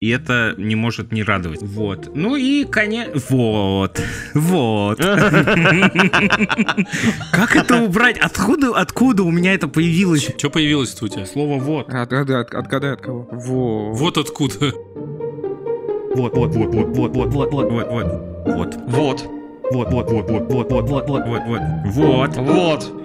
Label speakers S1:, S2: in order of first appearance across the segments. S1: И это не может не радовать. Вот. Ну и, конечно... Вот. Вот. Как это убрать? Откуда, откуда у меня это появилось?
S2: Что появилось-то у тебя?
S1: Слово «вот».
S3: Отгадай, от- отгадай от кого. Во.
S2: Вот откуда.
S1: Вот, вот, вот, вот, вот, вот, вот, вот, вот, вот,
S4: Вот.
S1: вот, вот, вот, вот, вот, вот, вот, вот, вот, вот,
S4: Вот.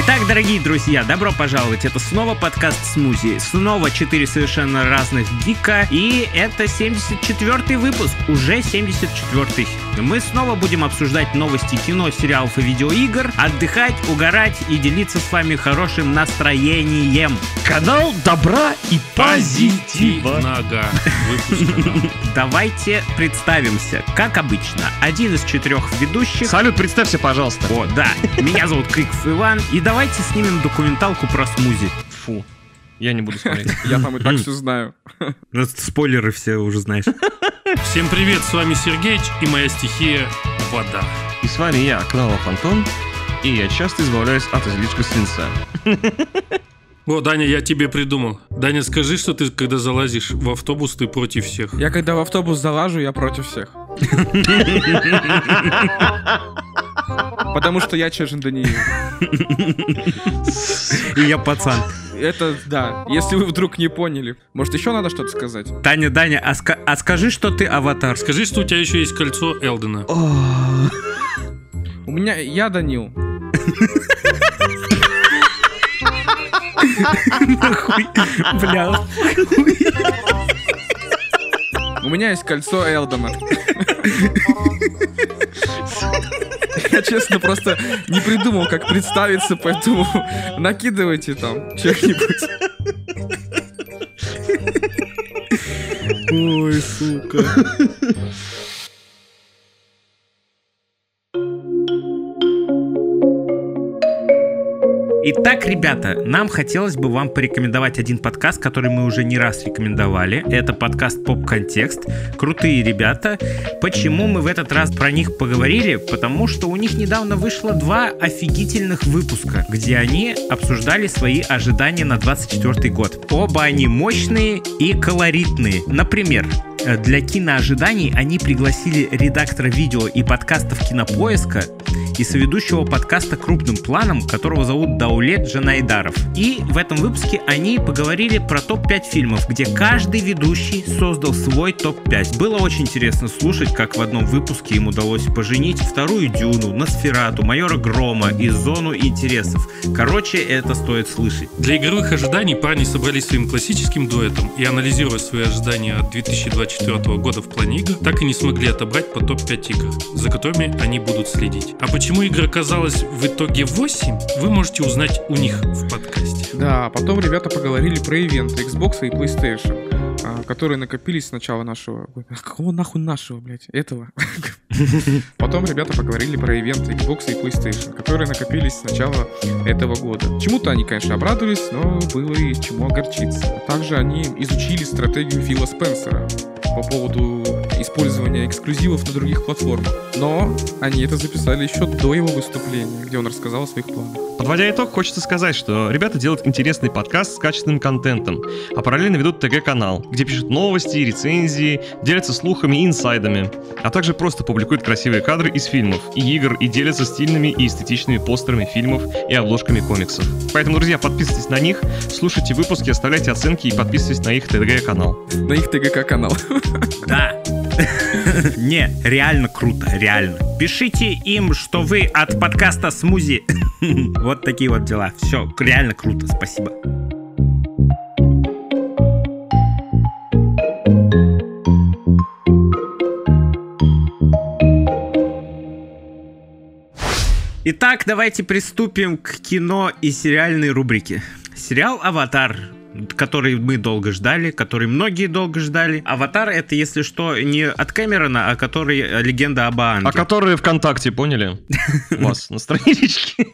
S1: Итак, дорогие друзья, добро пожаловать. Это снова подкаст «Смузи». Снова 4 совершенно разных гика. И это 74-й выпуск. Уже 74-й. Мы снова будем обсуждать новости кино, сериалов и видеоигр, отдыхать, угорать и делиться с вами хорошим настроением.
S4: Канал добра и
S2: Позитивного выпуска. да.
S1: Давайте представимся. Как обычно, один из четырех ведущих
S4: Салют, представься, пожалуйста.
S1: О, да. Меня зовут Криков Иван. И давайте снимем документалку про смузи.
S4: Фу. Я не буду смотреть.
S3: Я там и так все знаю.
S1: Просто Ну, спойлеры все уже знаешь.
S2: Всем привет, с вами Сергеич и моя стихия вода.
S4: И с вами я, Кналов Антон, и я часто избавляюсь от излишка свинца.
S2: О, Даня, я тебе придумал. Даня, скажи, что ты, когда залазишь в автобус, ты против всех.
S3: Я когда в автобус залажу, я против всех. Потому что я Чешин Даниил.
S1: И я пацан.
S3: Это да. Если вы вдруг не поняли. Может, еще надо что-то сказать?
S1: Таня, Даня, а, ска- а скажи, что ты аватар.
S2: Скажи, что у тебя еще есть кольцо Элдена.
S3: У меня... Я Данил.
S1: Бля.
S3: У меня есть кольцо Элдона. Я, честно, просто не придумал, как представиться, поэтому накидывайте там чем-нибудь.
S1: Ой, сука. Итак, ребята, нам хотелось бы вам порекомендовать один подкаст, который мы уже не раз рекомендовали. Это подкаст «Поп Контекст». Крутые ребята. Почему мы в этот раз про них поговорили? Потому что у них недавно вышло два офигительных выпуска, где они обсуждали свои ожидания на 24 год. Оба они мощные и колоритные. Например, э, для киноожиданий они пригласили редактора видео и подкастов «Кинопоиска» и соведущего подкаста «Крупным планом», которого зовут Даулет Жанайдаров. И в этом выпуске они поговорили про топ-5 фильмов, где каждый ведущий создал свой топ-5. Было очень интересно слушать, как в одном выпуске им удалось поженить вторую Дюну, Носферату, Майора Грома и Зону интересов. Короче, это стоит слышать.
S2: Для игровых ожиданий парни собрались своим классическим дуэтом и, анализируя свои ожидания от 2024 года в плане игр, так и не смогли отобрать по топ-5 игр, за которыми они будут следить. А почему игр оказалось в итоге 8, вы можете узнать у них в подкасте.
S3: Да, а потом ребята поговорили про ивенты Xbox и PlayStation, а, которые накопились с начала нашего... Ой, а Какого нахуй нашего, блядь? Этого. Потом ребята поговорили про ивенты Xbox и PlayStation, которые накопились с начала этого года. Чему-то они, конечно, обрадовались, но было и чему огорчиться. А также они изучили стратегию Фила Спенсера по поводу использования эксклюзивов на других платформах. Но они это записали еще до его выступления, где он рассказал о своих планах.
S4: Подводя итог, хочется сказать, что ребята делают интересный подкаст с качественным контентом, а параллельно ведут ТГ-канал, где пишут новости, рецензии, делятся слухами и инсайдами, а также просто публикуют красивые кадры из фильмов и игр и делятся стильными и эстетичными постерами фильмов и обложками комиксов. Поэтому, друзья, подписывайтесь на них, слушайте выпуски, оставляйте оценки и подписывайтесь на их ТГ-канал.
S3: На их ТГК-канал.
S1: Да. Не, реально круто, реально. Пишите им, что вы от подкаста «Смузи». Вот такие вот дела. Все, реально круто, спасибо. Итак, давайте приступим к кино и сериальной рубрике. Сериал «Аватар» который мы долго ждали, который многие долго ждали. «Аватар» — это, если что, не от Кэмерона, а который э, «Легенда об Аанге».
S4: А которые ВКонтакте, поняли? У вас на страничке.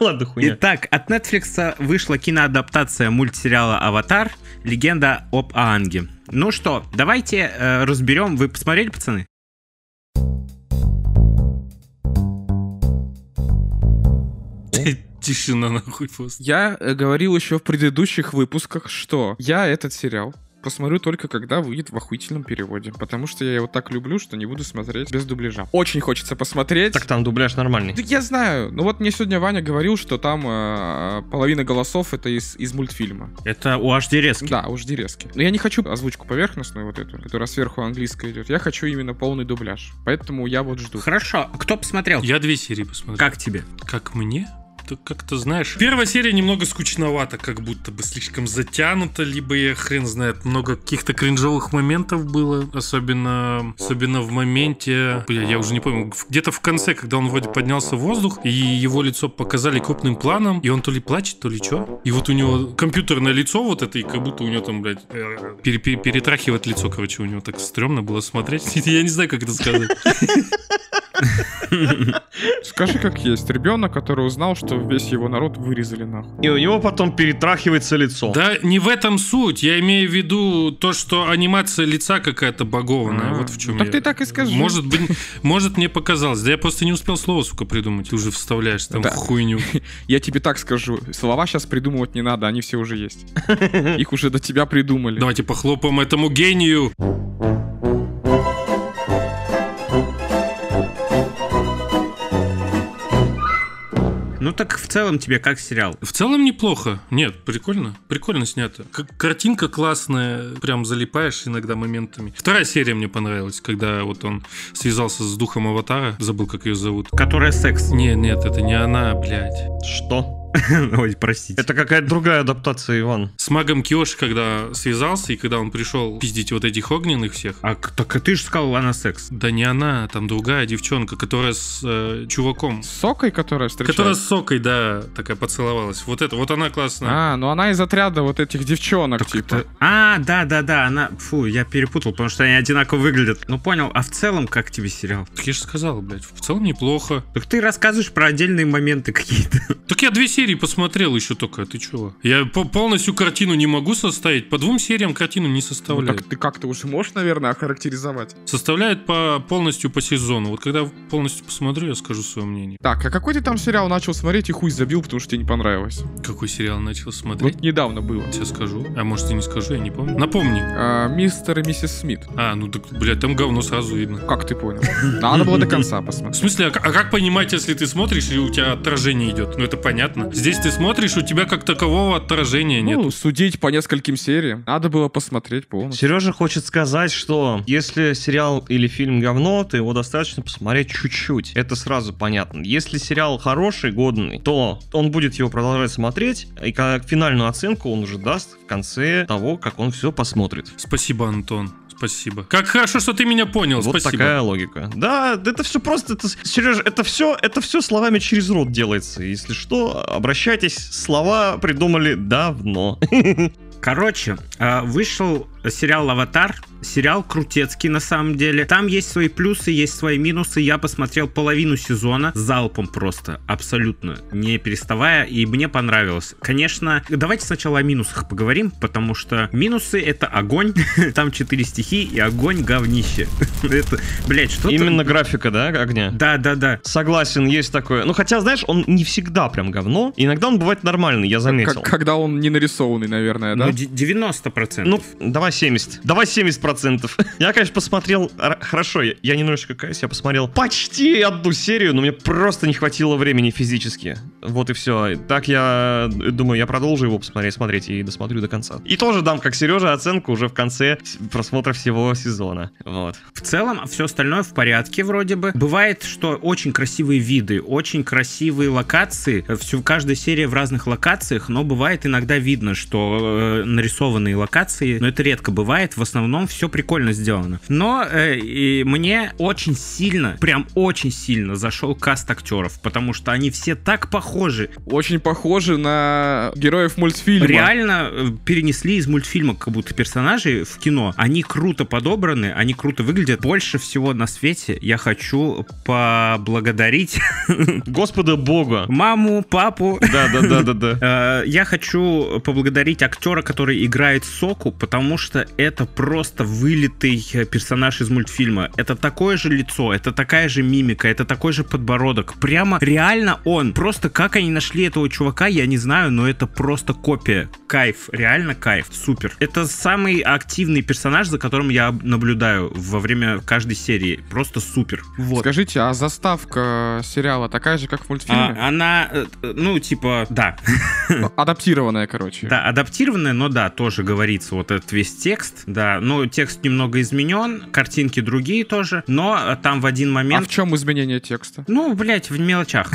S4: Ладно, хуйня.
S1: Итак, от Netflix вышла киноадаптация мультсериала «Аватар. Легенда об Аанге». Ну что, давайте э, разберем. Вы посмотрели, пацаны?
S2: Тишина нахуй просто.
S3: Я э, говорил еще в предыдущих выпусках, что я этот сериал посмотрю только когда выйдет в охуительном переводе, потому что я его так люблю, что не буду смотреть без дубляжа. Очень хочется посмотреть.
S4: Так там дубляж нормальный.
S3: Да я знаю. Ну вот мне сегодня Ваня говорил, что там э, половина голосов это из, из мультфильма.
S1: Это у HD резкий.
S3: Да, уж дерезки. Но я не хочу озвучку поверхностную вот эту, которая сверху английская идет. Я хочу именно полный дубляж. Поэтому я вот жду.
S1: Хорошо, кто посмотрел?
S2: Я две серии посмотрел.
S1: Как тебе?
S2: Как мне? Ты как-то знаешь. Первая серия немного скучновата, как будто бы слишком затянута, либо я хрен знает, много каких-то кринжовых моментов было, особенно, особенно в моменте, бля, я уже не помню, в- где-то в конце, когда он вроде поднялся в воздух, и его лицо показали крупным планом, и он то ли плачет, то ли что. И вот у него компьютерное лицо вот это, и как будто у него там, блядь, э, пере- пере- перетрахивает лицо, короче, у него так стрёмно было смотреть. Я не знаю, как это сказать.
S3: Скажи, как есть. Ребенок, который узнал, что весь его народ вырезали нахуй.
S4: И у него потом перетрахивается лицо.
S2: Да, не в этом суть. Я имею в виду то, что анимация лица какая-то багованная.
S3: А,
S2: Вот в чем
S3: Так
S2: ну я.
S3: ты так и скажи.
S2: Может быть, может мне показалось. Да я просто не успел слово, сука, придумать. Ты уже вставляешь там
S3: Да.
S2: хуйню.
S3: Я тебе так скажу. Слова сейчас придумывать не надо, они все уже есть. Их уже до тебя придумали.
S2: Давайте похлопаем этому гению.
S1: Ну так в целом тебе как сериал?
S2: В целом неплохо. Нет, прикольно. Прикольно снято. Как картинка классная. Прям залипаешь иногда моментами. Вторая серия мне понравилась, когда вот он связался с духом аватара. Забыл, как ее зовут.
S1: Которая секс.
S2: Не, нет, это не она, блядь.
S4: Что?
S1: Ой, простите.
S4: Это какая-то другая адаптация, Иван.
S2: С магом Киоши, когда связался, и когда он пришел пиздить вот этих огненных всех.
S1: А к- так а ты же сказал, она секс.
S2: Да не она, там другая девчонка, которая с э, чуваком.
S3: С Сокой, которая встречается.
S2: Которая с сокой, да, такая поцеловалась. Вот это, вот она классная.
S3: А, ну она из отряда вот этих девчонок, типа.
S1: А, да, да, да, она. Фу, я перепутал, потому что они одинаково выглядят. Ну понял, а в целом как тебе сериал?
S2: Так я же сказал, блядь, в целом неплохо.
S1: Так ты рассказываешь про отдельные моменты какие-то.
S2: Так я две серии посмотрел еще только, а ты чего? Я по- полностью картину не могу составить, по двум сериям картину не
S3: Ну,
S2: составляю.
S3: так ты как-то уже можешь, наверное, охарактеризовать.
S2: Составляет по, полностью по сезону. Вот когда полностью посмотрю, я скажу свое мнение.
S3: Так, а какой ты там сериал начал смотреть и хуй забил, потому что тебе не понравилось?
S2: Какой сериал начал смотреть?
S3: Вот недавно было.
S2: Я скажу. А может и не скажу, я не помню. Напомни.
S3: А, мистер и миссис Смит.
S2: А, ну так, блядь, там говно сразу видно.
S3: Как ты понял? Ну, Надо было до конца
S2: В
S3: посмотреть.
S2: смысле, а, к- а как понимать, если ты смотришь и у тебя отражение идет? Ну это понятно. Здесь ты смотришь, у тебя как такового отражения нет.
S3: Ну, судить по нескольким сериям. Надо было посмотреть полностью.
S4: Сережа хочет сказать, что если сериал или фильм говно, то его достаточно посмотреть чуть-чуть. Это сразу понятно. Если сериал хороший, годный, то он будет его продолжать смотреть, и как финальную оценку он уже даст в конце того, как он все посмотрит.
S2: Спасибо, Антон. Спасибо. Как хорошо, что ты меня понял.
S4: Вот
S2: Ну, Спасибо.
S4: такая логика. Да, да это все просто, это, Сережа, это все, это все словами через рот делается. Если что, обращайтесь, слова придумали давно.
S1: Короче, э, вышел сериал «Аватар», сериал крутецкий на самом деле. Там есть свои плюсы, есть свои минусы. Я посмотрел половину сезона залпом просто, абсолютно, не переставая, и мне понравилось. Конечно, давайте сначала о минусах поговорим, потому что минусы — это огонь, там четыре стихи и огонь говнище. Это, блядь, что-то...
S4: Именно графика, да, огня?
S1: Да, да, да.
S4: Согласен, есть такое. Ну, хотя, знаешь, он не всегда прям говно. Иногда он бывает нормальный, я заметил.
S3: Как- когда он не нарисованный, наверное, да?
S1: Ну, де- 90%.
S4: Ну, давай 70. Давай 70 процентов. Я, конечно, посмотрел... р- Хорошо, я, я немножечко каюсь, я посмотрел почти одну серию, но мне просто не хватило времени физически. Вот и все. Так я думаю, я продолжу его посмотреть, смотреть и досмотрю до конца. И тоже дам, как Сережа, оценку уже в конце с- просмотра всего сезона. Вот.
S1: В целом, все остальное в порядке вроде бы. Бывает, что очень красивые виды, очень красивые локации. Всю, каждая серия в разных локациях, но бывает иногда видно, что э, нарисованные локации, но это редко бывает. В основном все прикольно сделано. Но э, и мне очень сильно, прям очень сильно зашел каст актеров, потому что они все так похожи.
S3: Очень похоже на героев мультфильма.
S1: Реально э, перенесли из мультфильма как будто персонажей в кино. Они круто подобраны, они круто выглядят. Больше всего на свете я хочу поблагодарить
S4: Господа бога.
S1: маму, папу.
S4: Да-да-да-да-да.
S1: Э, Я хочу поблагодарить актера, который играет Соку, потому что это просто вылитый э, персонаж из мультфильма. Это такое же лицо, это такая же мимика, это такой же подбородок. Прямо реально он. Просто как они нашли этого чувака, я не знаю, но это просто копия. Кайф, реально кайф, супер. Это самый активный персонаж, за которым я об- наблюдаю во время каждой серии. Просто супер. Вот.
S3: Скажите, а заставка сериала такая же, как в мультфильме? Ну,
S1: А, она, э, э, ну, типа, да,
S3: Адаптированная, короче.
S1: Да, адаптированная, но да, тоже говорится вот этот весь текст. Да, но текст немного изменен, картинки другие тоже, но э, там в один
S3: А в
S1: момент...
S3: чем изменение текста?
S1: Ну, блять, в мелочах.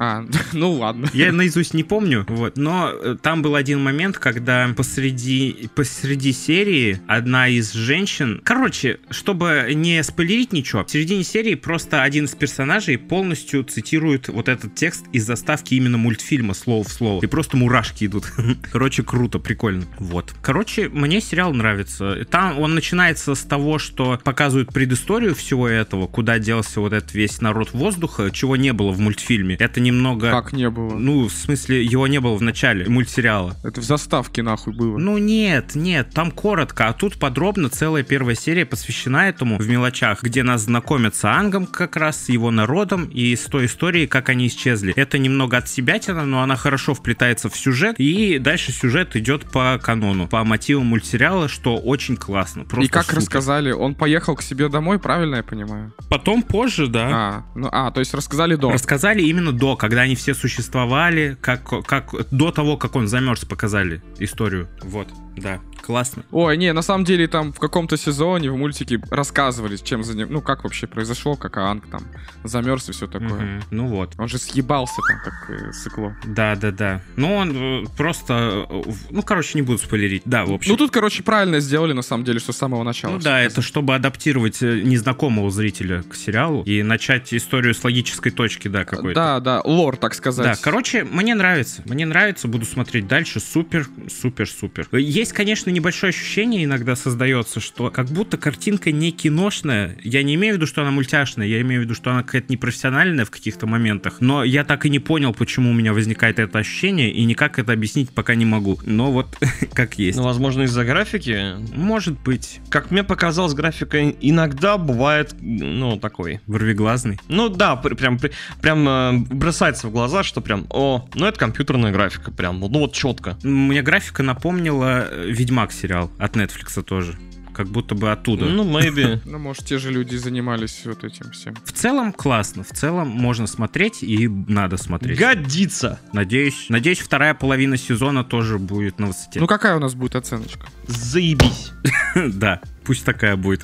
S3: А, ну ладно.
S1: Я наизусть не помню, вот. Но э, там был один момент, когда посреди, посреди серии одна из женщин... Короче, чтобы не спойлерить ничего, в середине серии просто один из персонажей полностью цитирует вот этот текст из заставки именно мультфильма слово в слово. И просто мурашки идут. Короче, круто, прикольно. Вот. Короче, мне сериал нравится. Там он начинается с того, что показывают предысторию всего этого, куда делся вот этот весь народ воздуха, чего не было в мультфильме. Это немного...
S3: Как не было?
S1: Ну, в смысле, его не было в начале мультсериала.
S3: Это в заставке нахуй было.
S1: Ну нет, нет, там коротко, а тут подробно целая первая серия посвящена этому в мелочах, где нас знакомят с Ангом как раз, с его народом и с той историей, как они исчезли. Это немного от себя но она хорошо вплетается в сюжет, и дальше сюжет идет по канону, по мотивам мультсериала, что очень классно. Просто
S3: И как
S1: супер.
S3: рассказали, он поехал к себе домой, правильно я понимаю?
S2: Потом позже, да.
S3: А, ну а, то есть рассказали дома.
S1: Рассказали именно до, когда они все существовали, как, как до того, как он замерз, показали историю. Вот, да, классно.
S3: Ой, не, на самом деле там в каком-то сезоне в мультике рассказывали, чем за ним, ну как вообще произошло, как Анг там замерз и все такое.
S1: Мгм. Ну вот.
S3: Он же съебался там, как э, сыкло.
S1: Да, да, да. Ну, он э, просто... э, в- Ну, короче, не буду спойлерить. Да, в общем.
S3: Ну тут, короче, правильно сделали на самом деле, что с самого начала.
S1: Ну
S3: всё
S1: да, это
S3: показали.
S1: чтобы адаптировать э, незнакомого зрителя к сериалу и начать историю с логической точки, да, какой-то.
S3: Да, да, лор, так
S1: Да,
S3: сказать.
S1: короче, мне нравится. Мне нравится, буду смотреть дальше. Супер, супер, супер. Есть, конечно, небольшое ощущение иногда создается, что как будто картинка не киношная. Я не имею в виду, что она мультяшная, я имею в виду, что она какая-то непрофессиональная в каких-то моментах. Но я так и не понял, почему у меня возникает это ощущение, и никак это объяснить пока не могу. Но вот как есть.
S4: Ну, возможно, из-за графики.
S1: Может быть,
S4: Как мне показалось, графика иногда бывает, ну, такой.
S1: вырвиглазный.
S4: Ну да, пр- прям, пр- прям э, бросается в глаза, что прям, о, ну это компьютерная графика, прям, ну вот четко.
S1: Мне графика напомнила э, Ведьмак сериал от Netflix тоже. Как будто бы оттуда.
S4: Ну, maybe.
S3: Ну, может, те же люди и занимались вот этим всем.
S1: В целом классно, в целом можно смотреть и надо смотреть.
S4: Годится.
S1: Надеюсь, надеюсь, вторая половина сезона тоже будет на высоте.
S3: Ну какая у нас будет оценочка?
S4: Заебись.
S1: да, пусть такая будет.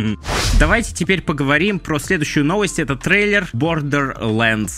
S1: Давайте теперь поговорим про следующую новость. Это трейлер Borderlands,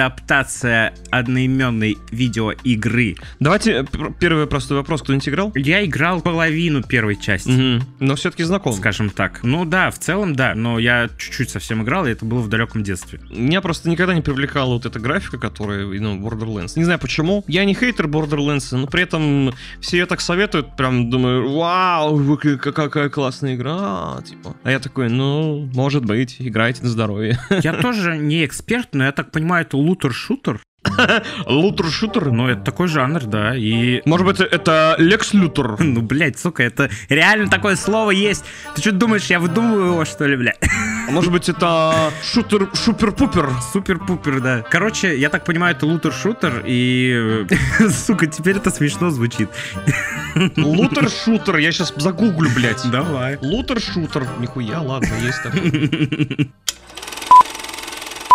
S1: киноадаптация одноименной видеоигры.
S4: Давайте э, пр- первый простой вопрос. Кто-нибудь играл?
S1: Я играл половину первой части.
S4: Мгм. Но все-таки знаком.
S1: Скажем так. Ну да, в целом да, но я чуть-чуть совсем играл, и это было в далеком детстве.
S4: Меня просто никогда не привлекала вот эта графика, которая, ну, Borderlands. Не знаю почему. Я не хейтер Borderlands, но при этом все ее так советуют, прям думаю, вау, вы к- к- какая классная игра, типа. А я такой, ну, может быть, играйте на здоровье.
S1: Я тоже не эксперт, но я так понимаю, это лутер-шутер.
S4: Лутер-шутер?
S1: Ну, это такой жанр, да, и...
S4: Может быть, это Лекс Лютер?
S1: Ну, блядь, сука, это реально такое слово есть. Ты что думаешь, я выдумываю его, что ли, блядь?
S4: А Может быть, это шутер Шупер-Пупер?
S1: Супер-пупер, да. Короче, я так понимаю, это лутер-шутер, и... э, Сука, теперь это смешно звучит.
S4: Лутер-шутер, я сейчас загуглю, блядь.
S1: Давай.
S4: Лутер-шутер. Нихуя, ладно, есть такое.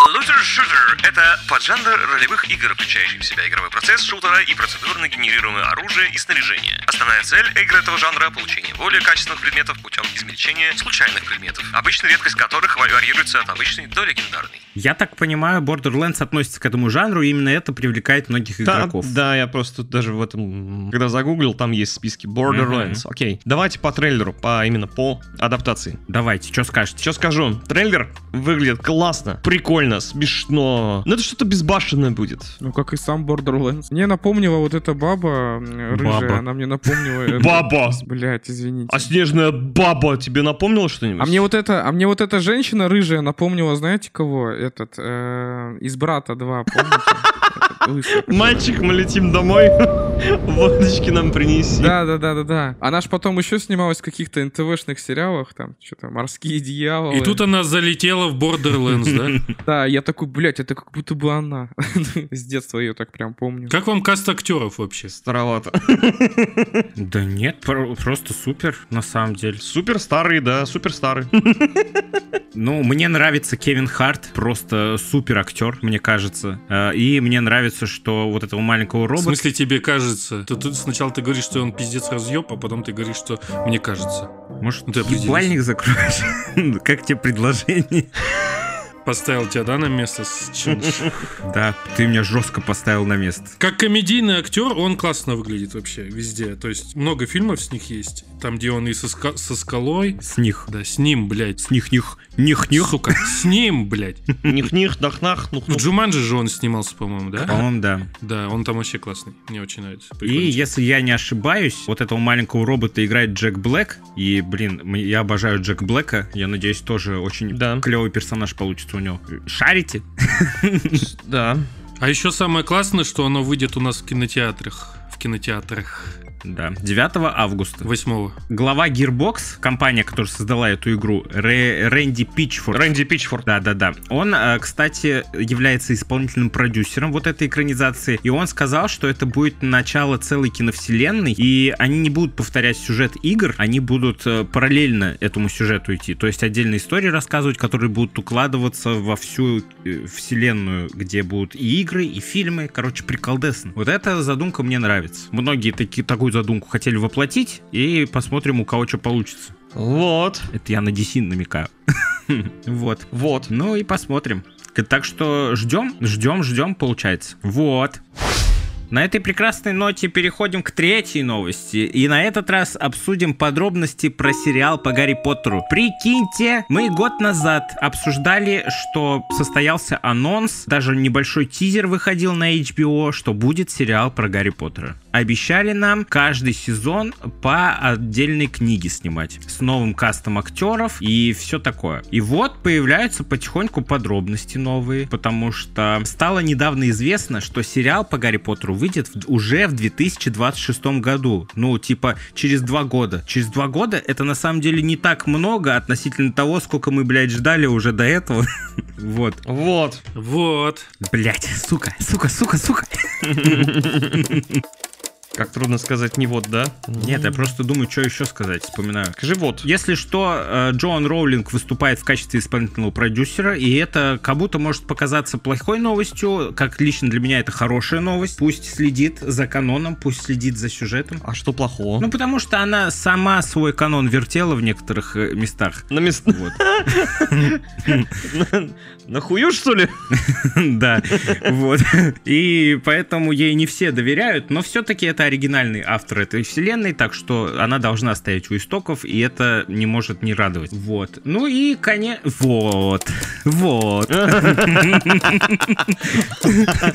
S5: Лутер-шутер — это поджанр ролевых игр, включающий в себя игровой процесс шутера и процедурно генерируемое оружие и снаряжение. Основная цель игр этого жанра — получение более качественных предметов путем измельчения случайных предметов, обычно редкость которых варьируется от обычной до легендарной.
S1: Я так понимаю, Borderlands относится к этому жанру, и именно это привлекает многих
S4: Да,
S1: игроков.
S4: да, я просто даже в этом, когда загуглил, там есть списки Borderlands. Окей, давайте по трейлеру, по именно по адаптации.
S1: Давайте, что скажете?
S4: Что скажу, трейлер выглядит классно, прикольно, смешно. Но это что-то безбашенное будет.
S3: Ну, как и сам Borderlands. Мне напомнила вот эта баба э, рыжая,
S1: Баба.
S3: она мне напомнила... эту-
S4: Баба!
S3: Блядь, извините.
S4: А снежная баба тебе напомнила что-нибудь?
S3: А мне вот это, а мне вот эта женщина рыжая напомнила, знаете кого? Этот э, из брата 2, помните? Лысый.
S4: Мальчик, мы летим домой. Водочки нам принеси.
S3: Да, да, да, да, да. Она ж потом еще снималась в каких-то НТВшных сериалах, там, что-то, морские дьяволы.
S2: И тут она залетела в Borderlands, да?
S3: Да, я такой, блядь, это как будто бы она. С детства ее так прям помню.
S2: Как вам каст актеров вообще?
S4: Старовато.
S1: Да нет, про- просто супер, на самом деле.
S4: Супер старый, да, супер старый.
S1: Ну, мне нравится Кевин Харт, просто супер актер, мне кажется. Э, И мне нравится, что вот этого маленького
S2: В
S1: робота...
S2: смысле, тебе кажется? Ты тут сначала ты говоришь, что он пиздец разъеб, а потом ты говоришь, что мне кажется.
S1: Может,
S2: Ну, ты определись.
S1: ебальник закроешь? Как тебе предложение?
S2: Поставил тебя, да, на место? с чем?
S1: Да, ты меня жестко поставил на место.
S2: Как комедийный актер, он классно выглядит вообще везде. То есть много фильмов с них есть. Там, где он и со, ска- со скалой.
S1: С них.
S2: Да, с ним, блядь.
S1: С них-них. Них-них.
S2: Сука, с ним, блядь.
S4: Них-них, дах-нах,
S2: Ну,
S4: нух-нух.
S2: Джуманджи же он снимался, по-моему, да?
S1: По-моему, да.
S2: Да, он там вообще классный. Мне очень нравится.
S1: И
S2: Прикольный.
S1: если я не ошибаюсь, вот этого маленького робота играет Джек Блэк. И, блин, м- я обожаю Джек Блэка. Я надеюсь, тоже очень
S4: Да.
S1: клевый персонаж получится у него. Шарите?
S4: Да.
S2: А еще самое классное, что оно выйдет у нас в кинотеатрах. В кинотеатрах.
S1: Да. 9 августа.
S2: 8
S1: Глава Gearbox, компания, которая создала эту игру, Ре- Рэнди Пичфорд.
S4: Рэнди Пичфорд.
S1: Да, да, да. Он, э, кстати, является исполнительным продюсером вот этой экранизации. И он сказал, что это будет начало целой киновселенной. И они не будут повторять сюжет игр, они будут э, параллельно этому сюжету идти. То есть отдельные истории рассказывать, которые будут укладываться во всю э, вселенную, где будут и игры, и фильмы. Короче, приколдесно. Вот эта задумка мне нравится. Многие таки, такую задумку хотели воплотить. И посмотрим, у кого что получится.
S4: Вот.
S1: Это я на DC намекаю. Вот.
S4: Вот.
S1: Ну и посмотрим. К- Так что ждем, ждем, ждем, получается. Вот. На этой прекрасной ноте переходим к третьей новости. И на этот раз обсудим подробности про сериал по Гарри Поттеру. Прикиньте, мы год назад обсуждали, что состоялся анонс, даже небольшой тизер выходил на HBO, что будет сериал про Гарри Поттера. Обещали нам каждый сезон по отдельной книге снимать. С новым кастом актеров и все такое. И вот появляются потихоньку подробности новые, потому что стало недавно известно, что сериал по Гарри Поттеру выйдет в- уже в 2026 году. Ну, типа, через два года. Через два года это на самом деле не так много относительно того, сколько мы, блядь, ждали уже до этого. Вот.
S4: Вот.
S2: Вот.
S1: Блядь, сука, сука, сука, сука.
S4: Как трудно сказать не вот, да?
S1: Нет, я просто думаю, что еще сказать, вспоминаю.
S4: Скажи вот.
S1: Если что, э, Джоан Роулинг выступает в качестве исполнительного продюсера, и это кому-то может показаться плохой новостью, как лично для меня это хорошая новость. Пусть следит за каноном, пусть следит за сюжетом.
S4: А что плохого?
S1: Ну, потому что она сама свой канон вертела в некоторых э, местах.
S4: На мест...
S1: Вот.
S4: На хую, что ли?
S1: Да, вот. И поэтому ей не все доверяют, но все-таки это оригинальный автор этой вселенной, так что она должна стоять у истоков, и это не может не радовать. Вот. Ну и, конечно... Вот. Вот.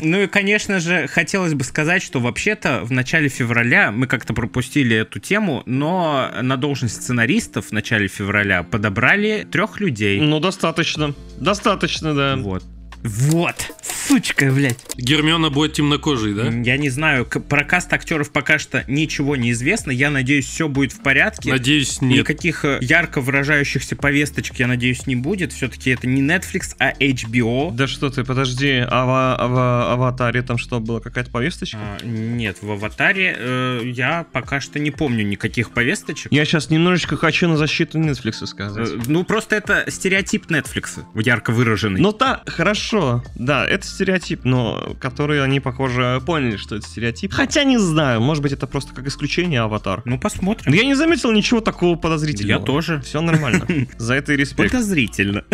S1: Ну и, конечно же, хотелось бы сказать, что вообще-то в начале февраля мы как-то пропустили эту тему, но на должность сценаристов в начале февраля подобрали трех людей.
S4: Ну, достаточно. Достаточно, да.
S1: Вот. Вот, сучка, блядь.
S2: Гермиона будет темнокожей, да?
S1: Я не знаю, к- про каст актеров пока что ничего не известно. Я надеюсь, все будет в порядке.
S2: Надеюсь, нет.
S1: Никаких э, ярко выражающихся повесточек, я надеюсь, не будет. Все-таки это не Netflix, а HBO.
S4: Да что ты, подожди, а в, а в аватаре там что, была какая-то повесточка?
S1: А, нет, в аватаре э, я пока что не помню никаких повесточек.
S4: Я сейчас немножечко хочу на защиту Netflix
S1: Э,
S4: сказать.
S1: ну, просто это стереотип Netflix, ярко выраженный.
S4: Ну да, хорошо, да, это стереотип, но который они, похоже, поняли, что это стереотип. Хотя не знаю, может быть, это просто как исключение аватар.
S1: ну
S4: Но
S1: посмотрим.
S4: я не заметил ничего такого подозрительного.
S1: Я тоже.
S4: Все нормально. За это и респект.
S1: Подозрительно.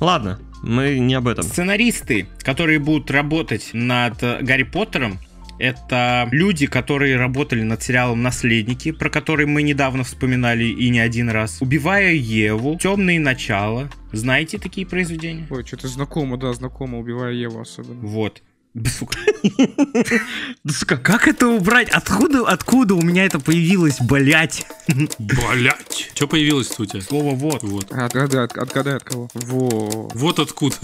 S4: Ладно, мы не об этом.
S1: Сценаристы, которые будут работать над э, Гарри Поттером, это люди, которые работали над сериалом «Наследники», про который мы недавно вспоминали и не один раз. «Убивая Еву», «Темные начала». Знаете такие произведения?
S3: Ой, что-то знакомо, да, знакомо, убивая Еву особенно.
S1: Вот. Да, сука.
S4: Да, сука,
S1: Как это убрать? Откуда, откуда у меня это появилось, блять?
S2: Блять. Что появилось-то у тебя?
S1: Слово вот.
S2: Вот.
S3: Отгадай, А, от- отгадай от кого. Во.
S2: Вот откуда.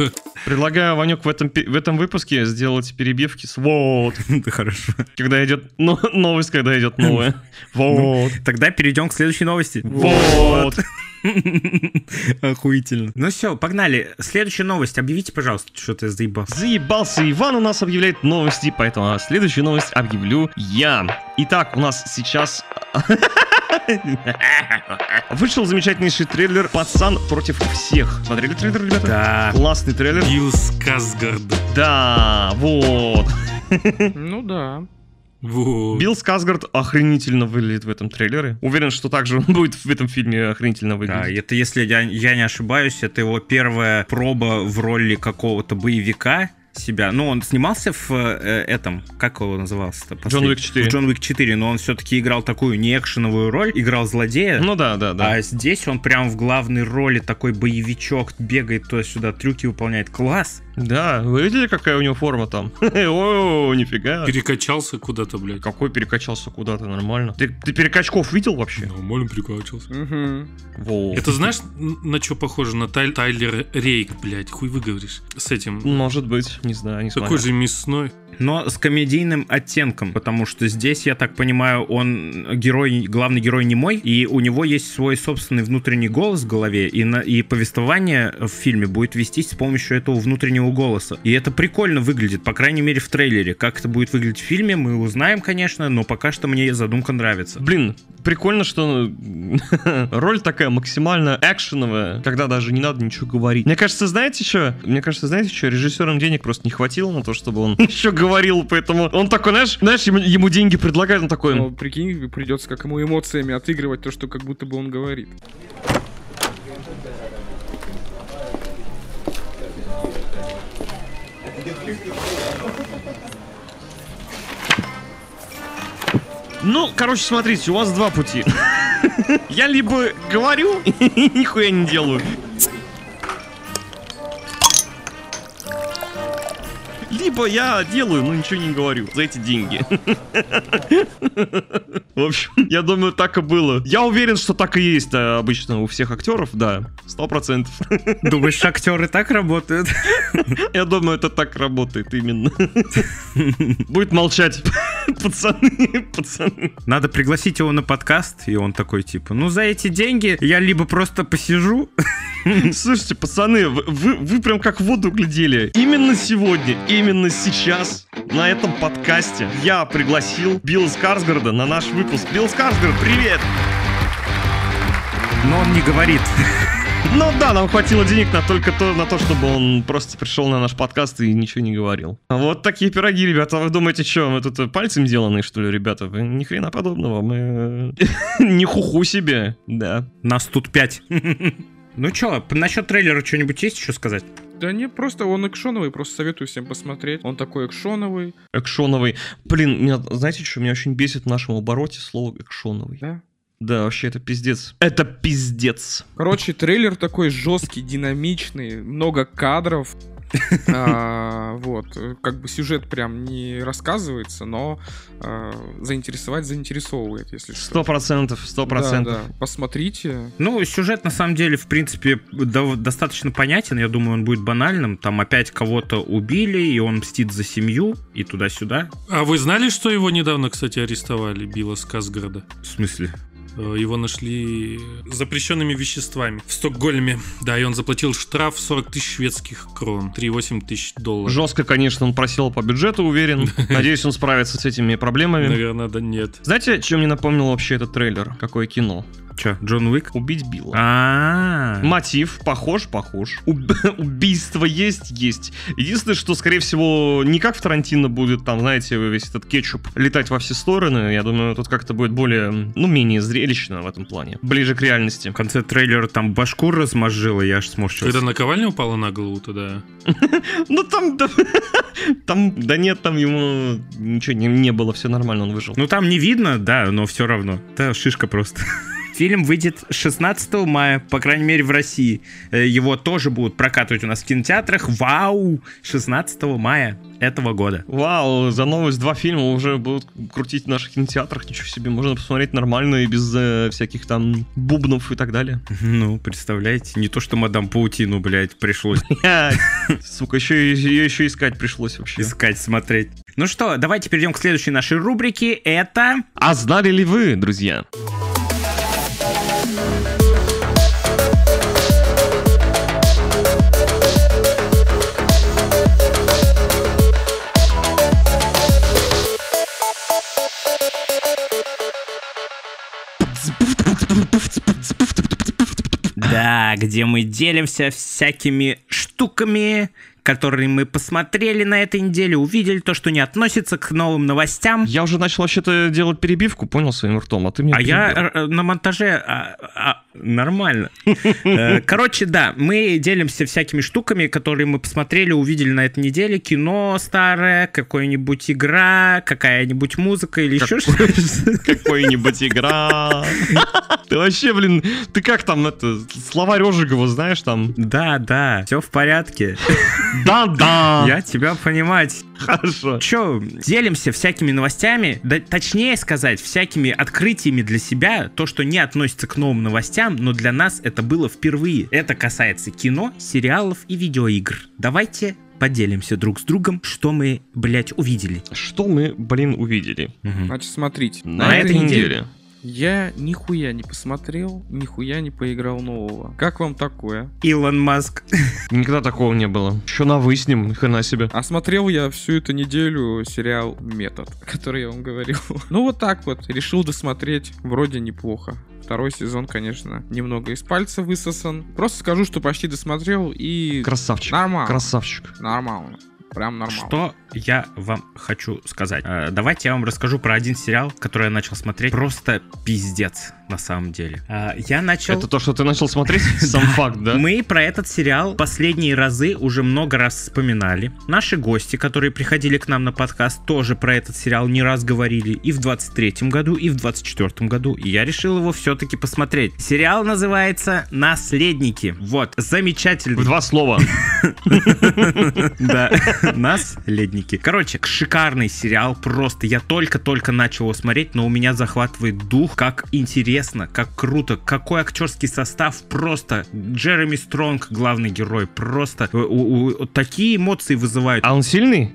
S4: предлагаю, Ванек, в этом, пе- в этом выпуске сделать перебивки с «вот»,
S1: Да хорошо.
S4: когда идет но- новость, когда идет новая. Вот.
S1: Тогда перейдем к следующей новости.
S4: Вот.
S1: Охуительно. Ну все, погнали. Следующая новость. Объявите, пожалуйста, что ты заебал.
S4: Заебался Иван у нас объявляет новости, поэтому а, следующую новость объявлю я. Итак, у нас сейчас... Вышел замечательнейший трейлер «Пацан против всех». Смотрели трейлер, ребята?
S1: Да.
S4: Классный трейлер.
S2: Билл Сказгард.
S4: Да, вот.
S3: Ну да.
S2: Вот.
S4: Билл Сказгард охренительно выглядит в этом трейлере. Уверен, что также он будет в этом фильме охренительно
S1: Да,
S4: выглядеть.
S1: это, если я, я не ошибаюсь, это его первая проба в роли какого-то боевика себя. Ну, он снимался в э, этом, как его назывался-то?
S4: Джон
S1: последний?
S4: Уик 4.
S1: В Джон Уик 4, но он все-таки играл такую не экшеновую роль, играл злодея.
S4: Ну да, да, да.
S1: А здесь он прям в главной роли такой боевичок, бегает туда-сюда, трюки выполняет. Класс!
S4: Да, вы видели, какая у него форма там? О, нифига.
S2: Перекачался куда-то, блядь.
S4: Какой перекачался куда-то, нормально. Ты, ты перекачков видел вообще?
S2: Ну, Нормально перекачался.
S3: Мгм.
S4: Во.
S2: Это знаешь, н- на что похоже? На Тай- Тайлер Рейк, блядь. Хуй выговоришь. С этим.
S4: Может быть, не знаю, не
S2: Такой
S4: смотрел.
S2: же мясной.
S1: Но с комедийным оттенком, потому что здесь, я так понимаю, он герой, главный герой не мой, и у него есть свой собственный внутренний голос в голове, и, на, и повествование в фильме будет вестись с помощью этого внутреннего голоса. И это прикольно выглядит, по крайней мере в трейлере. Как это будет выглядеть в фильме, мы узнаем, конечно, но пока что мне задумка нравится.
S4: Блин, прикольно, что э, роль такая максимально экшеновая, когда даже не надо ничего говорить. Мне кажется, знаете что? Мне кажется, знаете что? Режиссерам денег просто не хватило на то, чтобы он еще говорил, поэтому он такой, знаешь, знаешь, ему, ему деньги предлагают, он
S3: Но
S4: такой,
S3: Ну, прикинь, придется как ему эмоциями отыгрывать то, что как будто бы он говорит.
S4: ну, короче, смотрите, у вас два пути. Я либо говорю, и нихуя не делаю. Либо я делаю, но ничего не говорю за эти деньги. В общем, я думаю, так и было. Я уверен, что так и есть э, обычно у всех актеров, да, сто процентов.
S1: Думаешь, актеры так работают?
S4: Я думаю, это так работает именно. Будет молчать, пацаны, пацаны.
S1: Надо пригласить его на подкаст, и он такой типа, ну за эти деньги я либо просто посижу,
S4: Слушайте, пацаны, вы, вы- вы прям как в воду глядели. Именно сегодня, именно сейчас, на этом подкасте я пригласил Билла Скарсгарда на наш выпуск. Билл Скарсгард, привет!
S1: но он не говорит.
S4: Ну да, нам хватило денег на только то, на то, чтобы он просто пришел на наш подкаст и ничего не говорил. А вот такие пироги, ребята. А Вы думаете, что мы тут э, пальцем деланы, что ли, ребята? Вы ни хрена подобного. Мы э, не хуху себе. Да.
S1: Нас тут пять. Ну чё, п- насчет трейлера что-нибудь есть еще сказать?
S3: Да не, просто он экшоновый, просто советую всем посмотреть. Он такой экшоновый,
S4: Экшоновый. Блин, меня, знаете, что меня очень бесит в нашем обороте слово экшоновый.
S3: да?
S4: Да, вообще это пиздец. Это пиздец.
S3: Короче, трейлер такой жесткий, динамичный, много кадров. А, Вот, э, как бы сюжет прям не рассказывается, но э, заинтересовать заинтересовывает, если что.
S4: Сто процентов, сто процентов.
S3: Да, да. Посмотрите.
S1: Ну, сюжет на самом деле, в принципе, дов- достаточно понятен. Я думаю, он будет банальным. Там опять кого-то убили, и он мстит за семью, и туда-сюда.
S2: А вы знали, что его недавно, кстати, арестовали, Билла Сказгарда?
S1: В смысле?
S2: Э, Его нашли запрещенными веществами в Стокгольме. Да, и он заплатил штраф 40 тысяч шведских крон, 3,8 тысяч долларов.
S4: Жестко, конечно, он просел по бюджету, уверен. Надеюсь, он справится с этими проблемами.
S2: Наверное, да нет.
S4: Знаете, чем мне напомнил вообще этот трейлер? Какое кино?
S1: Че, Джон Уик?
S4: Убить Билла.
S1: А,
S4: Мотив похож, похож. Уб- Убийство есть, есть. Единственное, что, скорее всего, не как в Тарантино будет, там, знаете, весь этот кетчуп летать во все стороны. Я думаю, тут как-то будет более, ну, менее зрелищно в этом плане. Ближе к реальности.
S1: в конце трейлера там башку размозжило, я аж
S2: Когда
S1: сморщился.
S2: наковальня упала на голову, тогда
S4: Ну, там, да, там, да нет, там ему
S1: типа,
S4: ничего не, не было, все нормально, он выжил.
S1: Ну там не видно, да, но все равно. Да, шишка просто. Фильм выйдет 16 мая, по крайней мере, в России. Э, Его тоже будут прокатывать у нас в кинотеатрах. Вау! 16 мая этого года.
S4: Вау, за новость два фильма уже будут крутить в наших кинотеатрах. Ничего себе, можно посмотреть нормально и без э, всяких там бубнов и так далее.
S1: Ну, представляете, не то, что мадам паутину, блядь, пришлось
S4: Блядь, Сука, еще и- ее еще искать пришлось вообще.
S1: искать, смотреть. Ну что, давайте перейдем к следующей нашей рубрике. Это...
S4: А знали ли вы, друзья?
S1: Да, где мы делимся всякими штуками, которые мы посмотрели на этой неделе, увидели то, что не относится к новым новостям.
S4: Я уже начал вообще-то делать перебивку, понял своим ртом, а ты мне
S1: А я
S4: перебил.
S1: э, э, на монтаже а, а, нормально. Э, Короче, да, мы делимся всякими штуками, которые мы посмотрели, увидели на этой неделе. Кино старое, какая-нибудь игра, какая-нибудь музыка или еще что-то.
S4: Какой-нибудь игра. Ты вообще, блин, ты как там это, слова Режикова знаешь там?
S1: Да, да, все в порядке.
S4: Да-да,
S1: Я тебя понимать.
S4: хорошо.
S1: Че, делимся всякими новостями, да, точнее сказать, всякими открытиями для себя, то, что не относится к новым новостям, но для нас это было впервые. Это касается кино, сериалов и видеоигр. Давайте поделимся друг с другом, что мы, блядь, увидели.
S4: Что мы, блин, увидели?
S3: Значит, смотрите.
S4: На, этой неделе.
S3: Я нихуя не посмотрел, нихуя не поиграл нового. Как вам такое?
S1: Илон Маск.
S4: Никогда такого не было. Еще на вы с ним, хрена себе.
S3: А смотрел я всю эту неделю сериал «Метод», который я вам говорил. Ну вот так вот, решил досмотреть, вроде неплохо. Второй сезон, конечно, немного из пальца высосан. Просто скажу, что почти досмотрел и...
S4: Красавчик.
S3: Нормально.
S4: Красавчик.
S3: Нормально. Прям нормально.
S1: Что я вам хочу сказать? Э, Давайте я вам расскажу про один сериал, который я начал смотреть. Просто пиздец, на самом деле. Э, Я начал...
S4: Это то, что ты начал смотреть? Сам факт, да?
S1: Мы про этот сериал последние разы уже много раз вспоминали. Наши гости, которые приходили к нам на подкаст, тоже про этот сериал не раз говорили и в 23-м году, и в 24-м году. И я решил его все-таки посмотреть. Сериал называется «Наследники». Вот, замечательный.
S4: В два слова.
S1: Да, наследники. Короче, шикарный сериал, просто я только-только начал его смотреть, но у меня захватывает дух, как интересно, как круто, какой актерский состав, просто Джереми Стронг, главный герой, просто у- у- у- такие эмоции вызывают.
S4: А он сильный?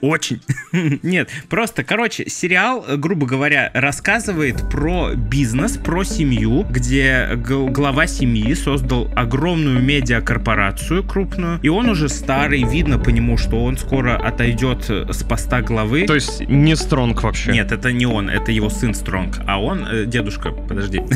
S1: Очень. Нет, просто, короче, сериал, э, грубо говоря, рассказывает про бизнес, про семью, где г- глава семьи создал огромную медиакорпорацию крупную, и он уже старый, видно по нему, что он скоро отойдет э, с поста главы.
S4: То есть не стронг вообще.
S1: Нет, это не он, это его сын Стронг, а он э, дедушка, подожди.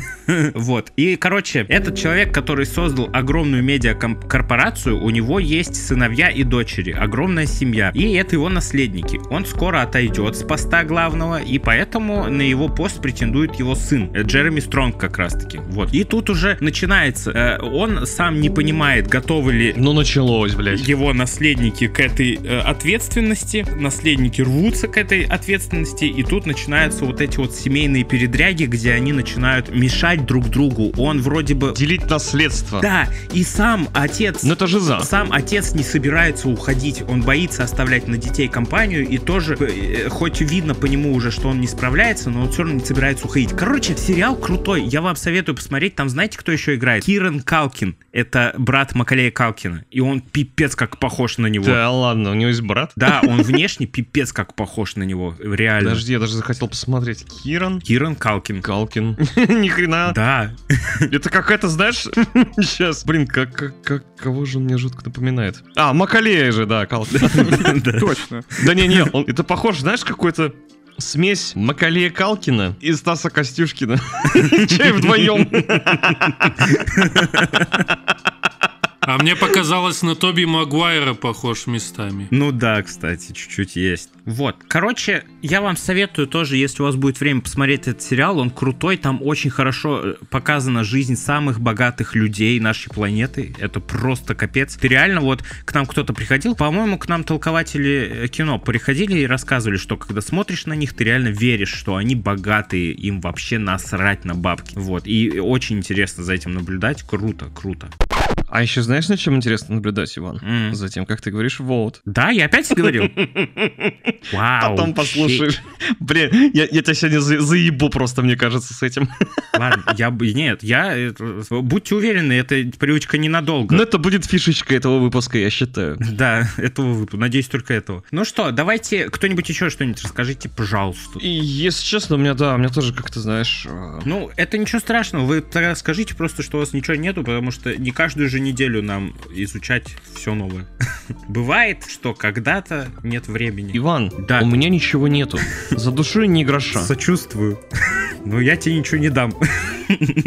S1: Вот. И, короче, этот человек, который создал огромную медиакорпорацию, у него есть сыновья и дочери, огромная семья. И это его наследники. Он скоро отойдет с поста главного, и поэтому на его пост претендует его сын, э, Джереми Стронг как раз-таки. Вот. И тут уже начинается. э, Он сам не понимает, готовы ли
S4: Ну началось, блядь.
S1: его наследники к этой э, ответственности, наследники рвутся к этой ответственности, и тут начинаются вот эти вот семейные передряги, где они начинают мешать друг другу. Он вроде бы...
S4: Делить наследство.
S1: Да, и сам отец...
S4: Ну это же за.
S1: Сам отец не собирается уходить, он боится оставлять на детей компанию, и тоже, э, хоть видно по нему уже, что он не справляется, но он все равно не собирается уходить. Короче, сериал крутой, я вам советую посмотреть, там знаете, кто еще играет? Киран Калкин, это брат Макалея Калкина, и он пипец как похож на него.
S4: Да ладно, у него есть брат.
S1: Да, он внешне пипец как похож на него, реально.
S4: Подожди, я даже захотел посмотреть. Киран
S1: Киран Калкин.
S4: Калкин. Ни хрена.
S1: Да,
S4: Это как это, знаешь, сейчас, блин, как, как, как- кого же он мне жутко напоминает? А, Макалея же, да, Калкин.
S1: да.
S3: Точно.
S4: Да не, не, он- это похож, знаешь, какой-то смесь Макалея Калкина и Стаса Костюшкина. Чай вдвоем.
S2: А мне показалось, на Тоби Магуайра похож местами.
S1: Ну да, кстати, чуть-чуть есть. Вот. Короче, я вам советую тоже, если у вас будет время посмотреть этот сериал, он крутой, там очень хорошо э, показана жизнь самых богатых людей нашей планеты. Это просто капец. Ты реально вот к нам кто-то приходил, по-моему, к нам толкователи э, кино приходили и рассказывали, что когда смотришь на них, ты реально веришь, что они богатые, им вообще насрать на бабки. Вот. И очень интересно за этим наблюдать. Круто, круто.
S4: А еще знаешь, на чем интересно наблюдать, Иван?
S1: М.
S4: За тем, как ты говоришь «вот».
S1: Да, я опять говорил. Вау.
S4: Потом А послушаешь. Блин, я, я тебя сегодня за- заебу просто, мне кажется, с этим.
S1: Ладно, я бы... Нет, я... это- Будьте уверены, эта привычка ненадолго.
S4: Но это будет фишечка этого выпуска, я считаю.
S1: Да, этого выпуска. Надеюсь, только этого. Ну что, давайте кто-нибудь еще что-нибудь расскажите, пожалуйста.
S4: И, если честно, у меня, да, у меня тоже, как ты знаешь... э,
S1: Ну, это ничего страшного. Вы тогда скажите просто, что у вас ничего нету, потому что не каждую же неделю нам изучать все новое. Бывает, что когда-то нет времени.
S4: Иван,
S1: Да.
S4: у меня ничего нету. За душой ни гроша.
S1: Сочувствую. Но Ну, я тебе ничего не дам.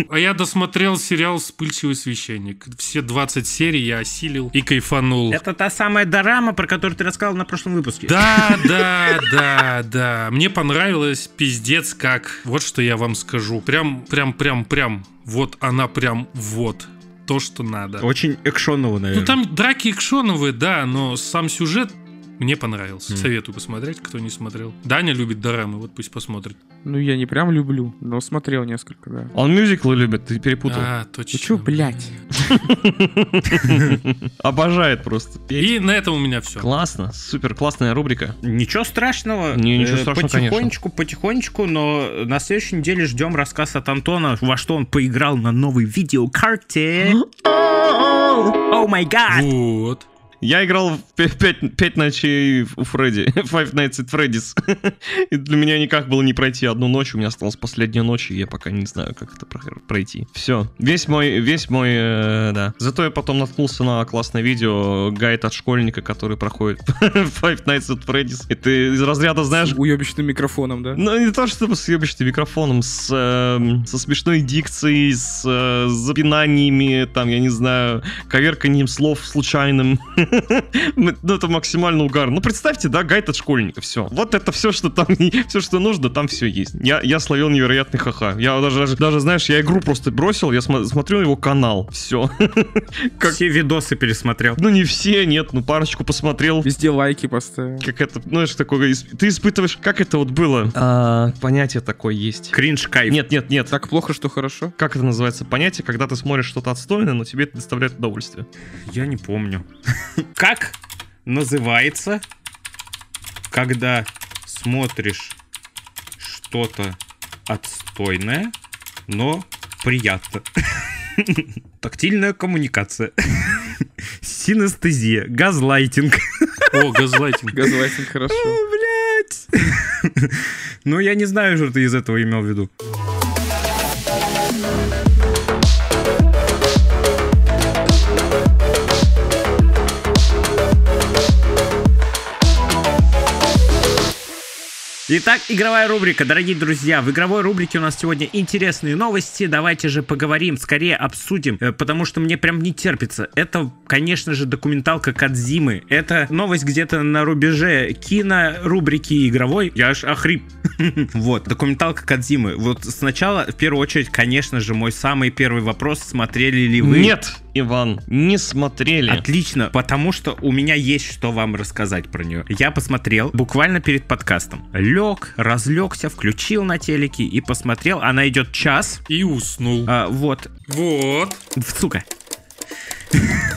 S2: А я досмотрел сериал «Вспыльчивый священник». Все 20 серий я осилил и кайфанул.
S1: Это та самая дорама, про которую ты рассказал на прошлом выпуске.
S2: Да, да, да, да. Мне понравилось пиздец как. Вот что я вам скажу. Прям, прям, прям, прям. Вот она прям вот. То, что надо.
S1: Очень экшоново, наверное.
S2: Ну там драки экшоновые, да, но сам сюжет мне
S3: Хм.
S2: понравился. Советую посмотреть, кто не смотрел. Даня любит дорамы, вот пусть посмотрит.
S3: Ну, я не прям люблю, но смотрел несколько, да.
S4: Он мюзиклы любит, ты перепутал.
S2: А, точно.
S3: Ты Ну чё, блядь?
S4: Обожает просто.
S2: И на этом у меня все.
S4: Классно, супер классная рубрика.
S1: Ничего страшного.
S4: Не, ничего
S1: Э,
S4: страшного,
S1: Потихонечку, потихонечку, но на следующей неделе ждем рассказ от Антона, во что он поиграл на новой видеокарте. О май гад!
S2: Вот.
S4: Я играл в пя- пять, пять ночей у Фредди, Five Nights at Freddy's. И для меня никак было не пройти одну ночь, у меня осталась последняя ночь, и я пока не знаю, как это про- пройти. Все, весь мой, весь мой, э, да. Зато я потом наткнулся на классное видео, гайд от школьника, который проходит Five Nights at Freddy's. И ты из разряда знаешь,
S3: С уебищным микрофоном, да?
S4: Ну, не то, чтобы с ебочным микрофоном, с, эм, со смешной дикцией, с э, запинаниями, там, я не знаю, коверканием слов случайным. Ну, это максимально угарно. Ну, представьте, да, гайд от школьника, все. Вот это все, что там, все, что нужно, там все есть. Я, я словил невероятный ха-ха. Я даже, даже, даже, знаешь, я игру просто бросил, я смо- смотрю его канал, все. как-
S1: Все видосы пересмотрел.
S4: Ну, не все, нет, ну, парочку посмотрел.
S3: Везде лайки поставил.
S4: Как это, ну, знаешь, такое, исп- ты испытываешь, как это вот было? А, понятие такое есть.
S1: Кринж кайф.
S4: Нет, нет, нет.
S3: Так плохо, что хорошо?
S4: Как это называется понятие, когда ты смотришь что-то отстойное, но тебе это доставляет удовольствие?
S1: Я не помню. Как называется, когда смотришь что-то отстойное, но приятно? Тактильная коммуникация. Синестезия. Газлайтинг.
S2: О, газлайтинг.
S3: Газлайтинг хорошо.
S1: Блять. Ну, я не знаю, что ты из этого имел в виду. Итак, игровая рубрика, дорогие друзья. В игровой рубрике у нас сегодня интересные новости. Давайте же поговорим, скорее обсудим, э, потому что мне прям не терпится. Это, конечно же, документалка Кадзимы. Это новость где-то на рубеже кино, рубрики и игровой. Я аж охрип. Вот, документалка Кадзимы. Вот сначала, в первую очередь, конечно же, мой самый первый вопрос. Смотрели ли вы?
S4: Нет, Иван, не смотрели.
S1: Отлично, потому что у меня есть что вам рассказать про нее. Я посмотрел буквально перед подкастом. Лег, разлегся, включил на телеке и посмотрел. Она идет час.
S2: И уснул.
S1: А, вот,
S2: Вот.
S1: сука.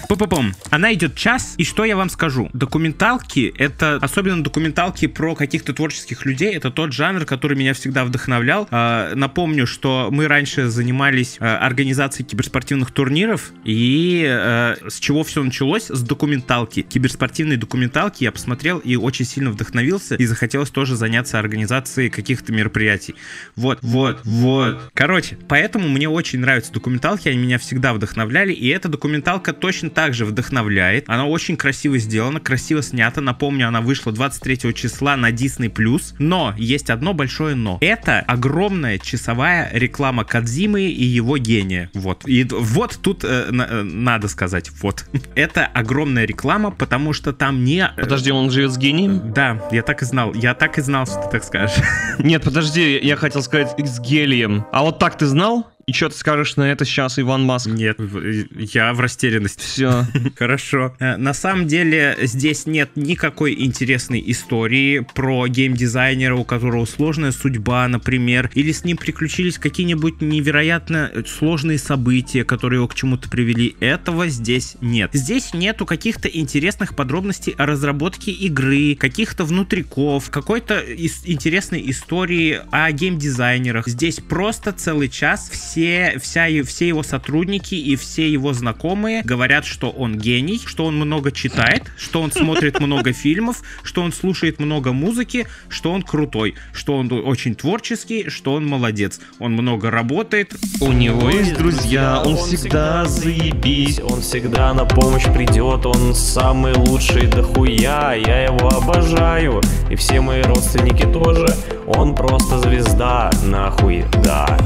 S1: Пу-пу-пум. Она идет час, и что я вам скажу? Документалки — это, особенно документалки про каких-то творческих людей, это тот жанр, который меня всегда вдохновлял. А, напомню, что мы раньше занимались а, организацией киберспортивных турниров, и э, с чего все началось? С документалки. Киберспортивные документалки я посмотрел и очень сильно вдохновился, и захотелось тоже заняться организацией каких-то мероприятий. Вот, вот, вот. Короче, поэтому мне очень нравятся документалки, они меня всегда вдохновляли, и эта документалка Фалка точно так же вдохновляет. Она очень красиво сделана, красиво снята. Напомню, она вышла 23 числа на Disney+. Но есть одно большое но. Это огромная часовая реклама Кадзимы и его гения. Вот. И д- вот тут э, на- э, надо сказать, вот. Это огромная реклама, потому что там не... э,
S4: Подожди, он живет с гением?
S1: Да, я так и знал. Я так и знал, что ты так скажешь.
S4: Нет, подожди, я хотел сказать с гелием. А вот так ты знал? И что ты скажешь на это сейчас, Иван Маск?
S1: Нет, в- э, я в растерянности.
S4: Все.
S1: Хорошо. Э, На самом деле здесь нет никакой интересной истории про геймдизайнера, у которого сложная судьба, например, или с ним приключились какие-нибудь невероятно э, сложные события, которые его к чему-то привели. Этого здесь нет. Здесь нету каких-то интересных подробностей о разработке игры, каких-то внутриков, какой-то ис- интересной истории о геймдизайнерах. Здесь просто целый час все, вся, е- все его сотрудники и все его знакомые говорят, что он гений, что он много читает, что он смотрит много фильмов, что он слушает много музыки, что он крутой, что он очень творческий, что он молодец. Он много работает.
S4: У него есть друзья, он всегда заебись.
S6: Он всегда на помощь придет, он самый лучший дохуя, я его обожаю, и все мои родственники тоже. Он просто звезда, нахуй, да.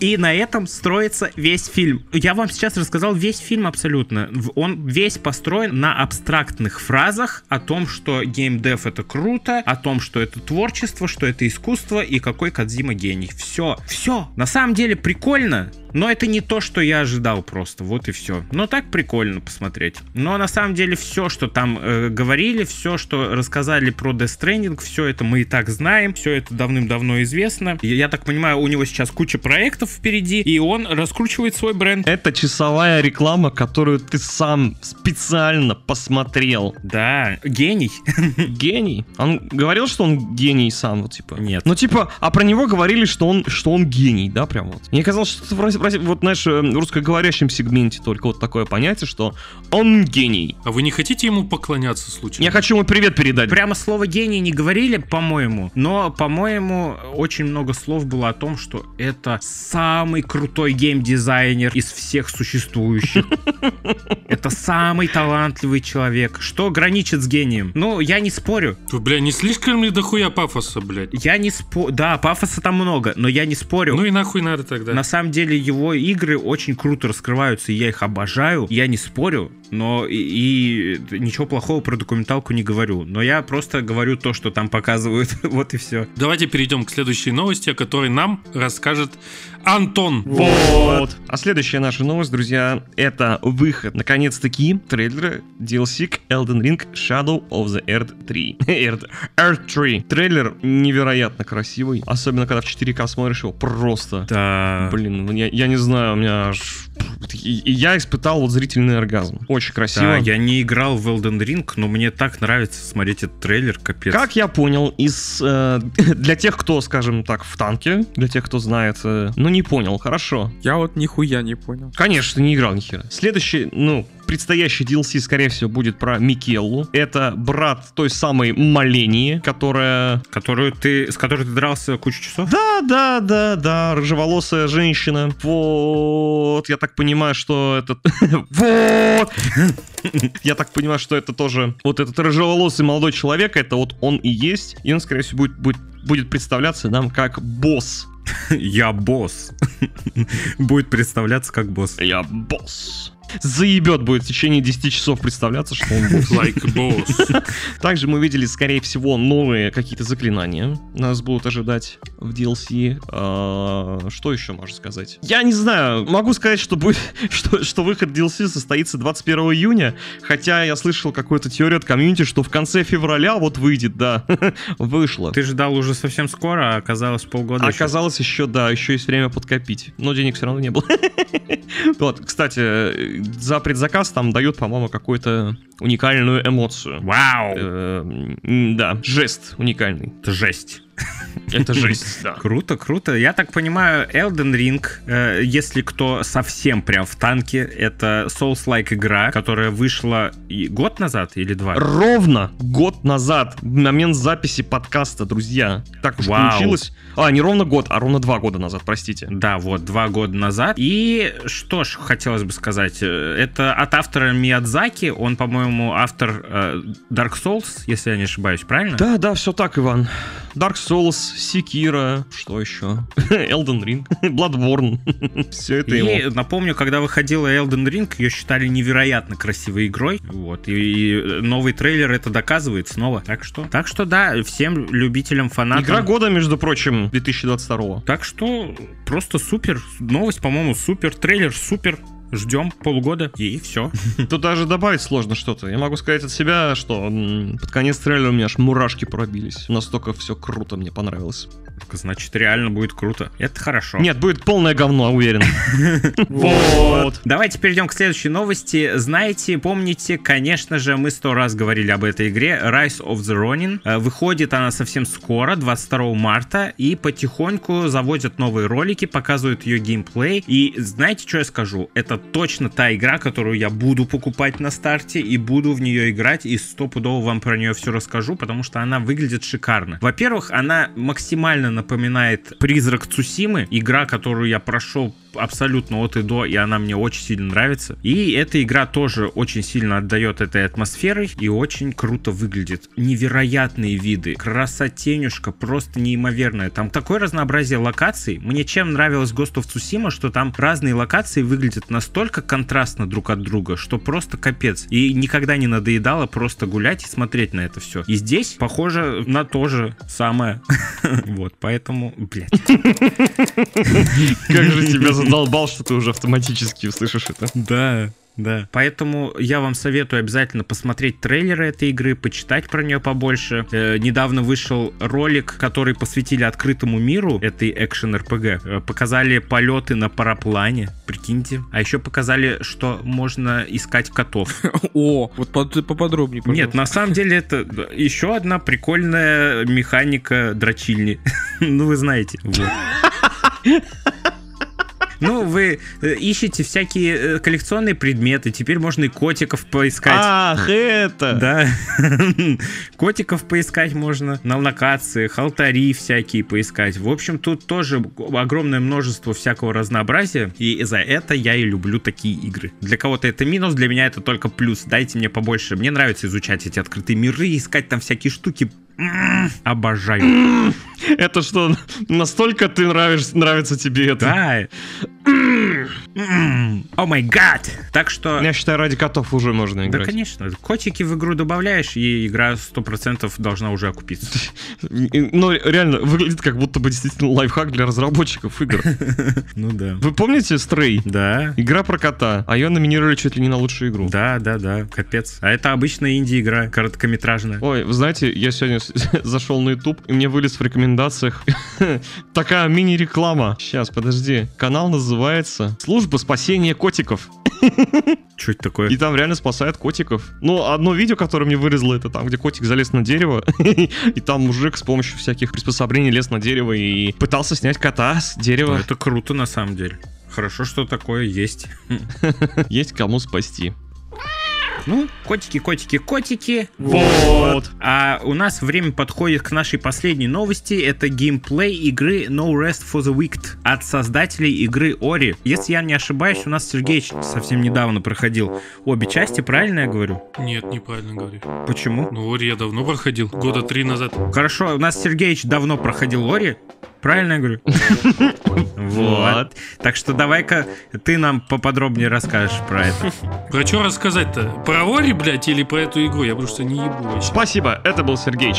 S1: И на этом строится весь фильм. Я вам сейчас рассказал весь фильм абсолютно. В- Он весь построен на абстрактных фразах о том, что геймдев это круто, о том, что это творчество, что это искусство и какой Кадзима гений. Все, все. На самом деле прикольно, но это не то, что я ожидал просто. Вот и все. Но так прикольно посмотреть. Но на самом деле все, что там э, говорили, все, что рассказали про Death Stranding, все это мы и так знаем, все это давным-давно известно. Я, я так понимаю, у него сейчас куча проектов впереди, и он раскручивает свой бренд.
S4: Это часовая реклама, которую ты сам специально посмотрел.
S1: Да, гений.
S4: Гений? Он говорил, что он гений сам, вот типа.
S1: Нет.
S4: Ну типа, а про него говорили, что он, что он гений, да, прям вот. Мне казалось, что это в, Рос- в Рос- вот знаешь, э, в русскоговорящем сегменте только вот такое понятие, что он гений.
S2: А вы не хотите ему поклоняться случайно?
S4: Я хочу ему привет передать.
S1: Прямо слово гений не говорили, по-моему, но, по-моему, очень много слов было о том, что это самый крутой геймдизайнер из всех существующих. Это самый талантливый человек, что граничит с гением. Ну, я не спорю,
S2: Вы, бля, не слишком ли дохуя пафоса, блядь?
S1: я не спорю, да, пафоса там много, но я не спорю.
S2: Ну и нахуй надо тогда.
S1: На самом деле его игры очень круто раскрываются, и я их обожаю. Я не спорю, но и, и ничего плохого про документалку не говорю. Но я просто говорю то, что там показывают. Вот и все.
S2: Давайте перейдем к следующей новости, о которой нам расскажет Антон.
S4: Вот. А следующая наша новость, друзья, это выход, наконец-таки, трейлера DLC к Elden Ring Shadow of the Earth 3. Earth, Earth 3. Трейлер невероятно красивый, особенно когда в 4К смотришь его просто.
S1: Да.
S4: Блин, ну я, я не знаю, у меня аж... и- и Я испытал вот зрительный оргазм. Очень красиво.
S1: Да, я не играл в Elden Ring, но мне так нравится смотреть этот трейлер, капец.
S4: Как я понял, из э, для тех, кто, скажем так, в танке, для тех, кто знает, э, ну не понял, хорошо.
S3: Я вот нихуя не понял.
S4: Конечно, не играл нихера. Следующий, ну, предстоящий DLC, скорее всего, будет про Микеллу. Это брат той самой Малении, которая...
S1: Которую ты, с которой ты дрался кучу часов?
S4: Да, да, да, да, рыжеволосая женщина. Вот, я так понимаю, что это... Вот! Я так понимаю, что это тоже... Вот этот рыжеволосый молодой человек, это вот он и есть. И он, скорее всего, будет, будет, будет представляться нам как босс.
S1: Я босс. Будет представляться как босс.
S4: Я босс. Заебет будет в течение 10 часов представляться, что он босс.
S2: Like boss.
S4: Также мы видели, скорее всего, новые какие-то заклинания нас будут ожидать в DLC. А, Что еще можно сказать? Я не знаю. Могу сказать, что, будет, что, что выход DLC состоится 21 июня, хотя я слышал какую-то теорию от комьюнити, что в конце февраля вот выйдет, да, вышло.
S1: Ты ждал уже совсем скоро, а оказалось полгода. еще.
S4: Оказалось еще, да, еще есть время подкопить. Но денег все равно не было. Вот, кстати, э, за предзаказ там дают, по-моему, какой-то уникальную эмоцию.
S1: Вау!
S4: Э, м, Да, жест уникальный.
S1: Это жесть.
S4: Это жесть, да.
S1: Круто, круто. Я так понимаю, Elden Ring, э, если кто совсем прям в танке, это Souls-like игра, которая вышла и год назад или два?
S4: Ровно год назад, в момент записи подкаста, друзья. Так уж
S1: Вау.
S4: получилось. А, не ровно год, а ровно два года назад, простите.
S1: Да, вот, два года назад. И что ж, хотелось бы сказать, э, это от автора Миядзаки, он, по-моему, автор э, Dark Souls, если я не ошибаюсь, правильно?
S4: Да, да, все так, Иван. Dark Souls, Секира, что еще? Elden Ring, Bloodborne. все это
S1: И
S4: его.
S1: напомню, когда выходила Elden Ring, ее считали невероятно красивой игрой. Вот. И, и новый трейлер это доказывает снова. Так что. Так что да, всем любителям фанатам.
S4: Игра года, между прочим, 2022
S1: Так что просто супер. Новость, по-моему, супер. Трейлер супер. Ждем полгода и все.
S4: Тут даже добавить сложно что-то. Я могу сказать от себя, что м, под конец трейлера у меня аж мурашки пробились. Настолько все круто мне понравилось.
S1: Значит, реально будет круто. Это хорошо.
S4: Нет, будет полное говно, уверен. Вот.
S1: Давайте перейдем к следующей новости. Знаете, помните, конечно же, мы сто раз говорили об этой игре. Rise of the Ronin. Э, Выходит она совсем скоро, 22 марта, и потихоньку заводят новые ролики, показывают ее геймплей. И знаете, что я скажу? Это точно та игра, которую я буду покупать на старте и буду в нее играть, и стопудово вам про нее все расскажу, потому что она выглядит шикарно. Во-первых, она максимально напоминает «Призрак Цусимы», игра, которую я прошел абсолютно от и до, и она мне очень сильно нравится. И эта игра тоже очень сильно отдает этой атмосферой и очень круто выглядит. Невероятные виды, красотенюшка, просто неимоверная. Там такое разнообразие локаций. Мне чем нравилось Ghost of Tsushima, что там разные локации выглядят настолько контрастно друг от друга, что просто капец. И никогда не надоедало просто гулять и смотреть на это все. И здесь, похоже, на то же самое. Вот, поэтому, блядь.
S4: Как же тебя задолбал, что ты уже автоматически услышишь это.
S1: Да, да. Поэтому я вам советую обязательно посмотреть трейлеры этой игры, почитать про нее побольше. Э, недавно вышел ролик, который посвятили открытому миру этой экшен РПГ. Э, показали полеты на параплане, прикиньте. А еще показали, что можно искать котов.
S3: О, вот под- поподробнее,
S1: Нет, на самом деле это еще одна прикольная механика дрочильни. Ну, вы знаете. Вот. Ну, вы э, ищете всякие э, коллекционные предметы, теперь можно и котиков поискать.
S4: Ах, это!
S1: Да. Котиков поискать можно на локациях, алтари всякие поискать. В общем, тут тоже огромное множество всякого разнообразия. И за это я и люблю такие игры. Для кого-то это минус, для меня это только плюс. Дайте мне побольше. Мне нравится изучать эти открытые миры, искать там всякие штуки. М, Обожаю.
S4: Это что, настолько ты нравишь, нравится тебе это?
S1: Да. М, О май гад! Так что...
S4: Я считаю, ради котов уже можно
S1: Да,
S4: играть.
S1: конечно. Котики в игру добавляешь, и игра 100% должна уже окупиться.
S4: Но ну, реально, выглядит как будто бы действительно лайфхак для разработчиков игр.
S1: Ну да.
S4: Вы помните Стрей?
S1: Да.
S4: Игра про кота, а ее номинировали чуть ли не на лучшую игру.
S1: Да, да, да, капец. А это обычная инди-игра, короткометражная.
S4: Ой, вы знаете, я сегодня с- зашел на YouTube, и мне вылез в рекомендациях такая мини-реклама. Сейчас, подожди. Канал называется «Служба спасения котиков».
S1: Чуть такое.
S4: И там реально спасают котиков. Ну, одно видео, которое мне вырезало, это там, где котик залез на дерево, и там мужик с помощью всяких приспособлений лез на дерево и пытался снять кота с
S1: Ну,
S4: дерева.
S1: Это круто на самом деле. Хорошо, что такое есть.
S4: Есть кому спасти.
S1: Ну, котики, котики, котики.
S4: Вот.
S1: А у нас время подходит к нашей последней новости. Это геймплей игры No Rest for the Wicked от создателей игры Ori. Если я не ошибаюсь, у нас Сергеич совсем недавно проходил обе части, правильно я говорю?
S2: Нет, неправильно говорю.
S1: Почему?
S2: Ну, Ори я давно проходил, года три назад.
S1: Хорошо, у нас Сергеич давно проходил Ори. Правильно я говорю? Вот. Так что давай-ка ты нам поподробнее расскажешь про это.
S2: Про что рассказать-то? Про Ори, блядь, или про эту игру? Я просто не ебу вообще.
S4: Спасибо, это был Сергеич.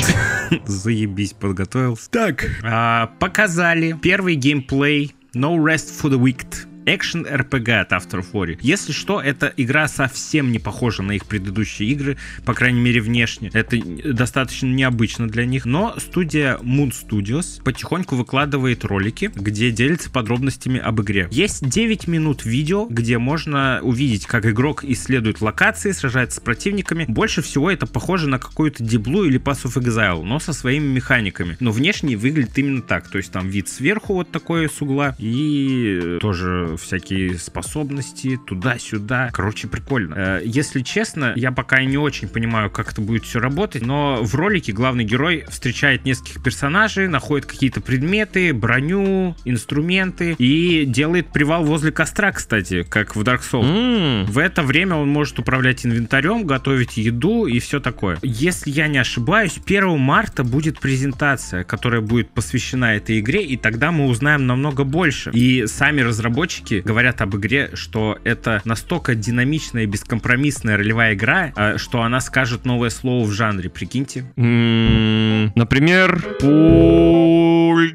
S1: Заебись, подготовился. Так. А, показали первый геймплей No Rest for the Wicked. экшен RPG от After Fury. Если что, эта игра совсем не похожа на их предыдущие игры, по крайней мере внешне. Это достаточно необычно для них, но студия Moon Studios потихоньку выкладывает ролики, где делится подробностями об игре. Есть 9 минут видео, где можно увидеть, как игрок исследует локации, сражается с противниками. Больше всего это похоже на какую-то деблу или Pass of Exile, но со своими механиками. Но внешне выглядит именно так. То есть там вид сверху вот такой с угла и э, тоже всякие способности туда-сюда. Короче, прикольно. Э, Если честно, я пока не очень понимаю, как это будет все работать, но в ролике главный герой встречает нескольких персонажей, находит какие-то предметы, броню, инструменты и делает привал возле костра, кстати, как в Dark Souls.
S4: М,
S1: В это время он может управлять инвентарем, готовить еду и все такое. Если я не ошибаюсь, 1 марта будет презентация, которая будет посвящена этой игре, и тогда мы узнаем намного больше. И сами разработчики говорят об игре, что это настолько динамичная и бескомпромиссная ролевая игра, а, что она скажет новое слово в жанре, прикиньте.
S4: м, Например,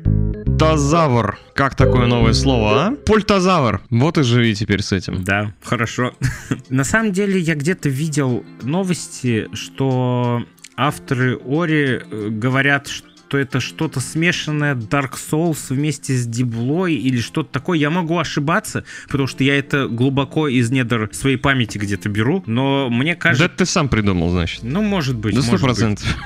S4: пультозавр. Как такое новое слово, а? Пультозавр. Вот и живи теперь с этим.
S1: Да, хорошо. На самом деле я где-то видел новости, что авторы Ори э, говорят, что это что-то смешанное Dark Souls вместе с Диблой или что-то такое. Я могу ошибаться, потому что я это глубоко из недр своей памяти где-то беру, но мне
S4: Да
S1: кажется...
S4: ты сам придумал, значит.
S1: Ну, может быть.
S4: Да сто
S1: может быть.
S4: процентов.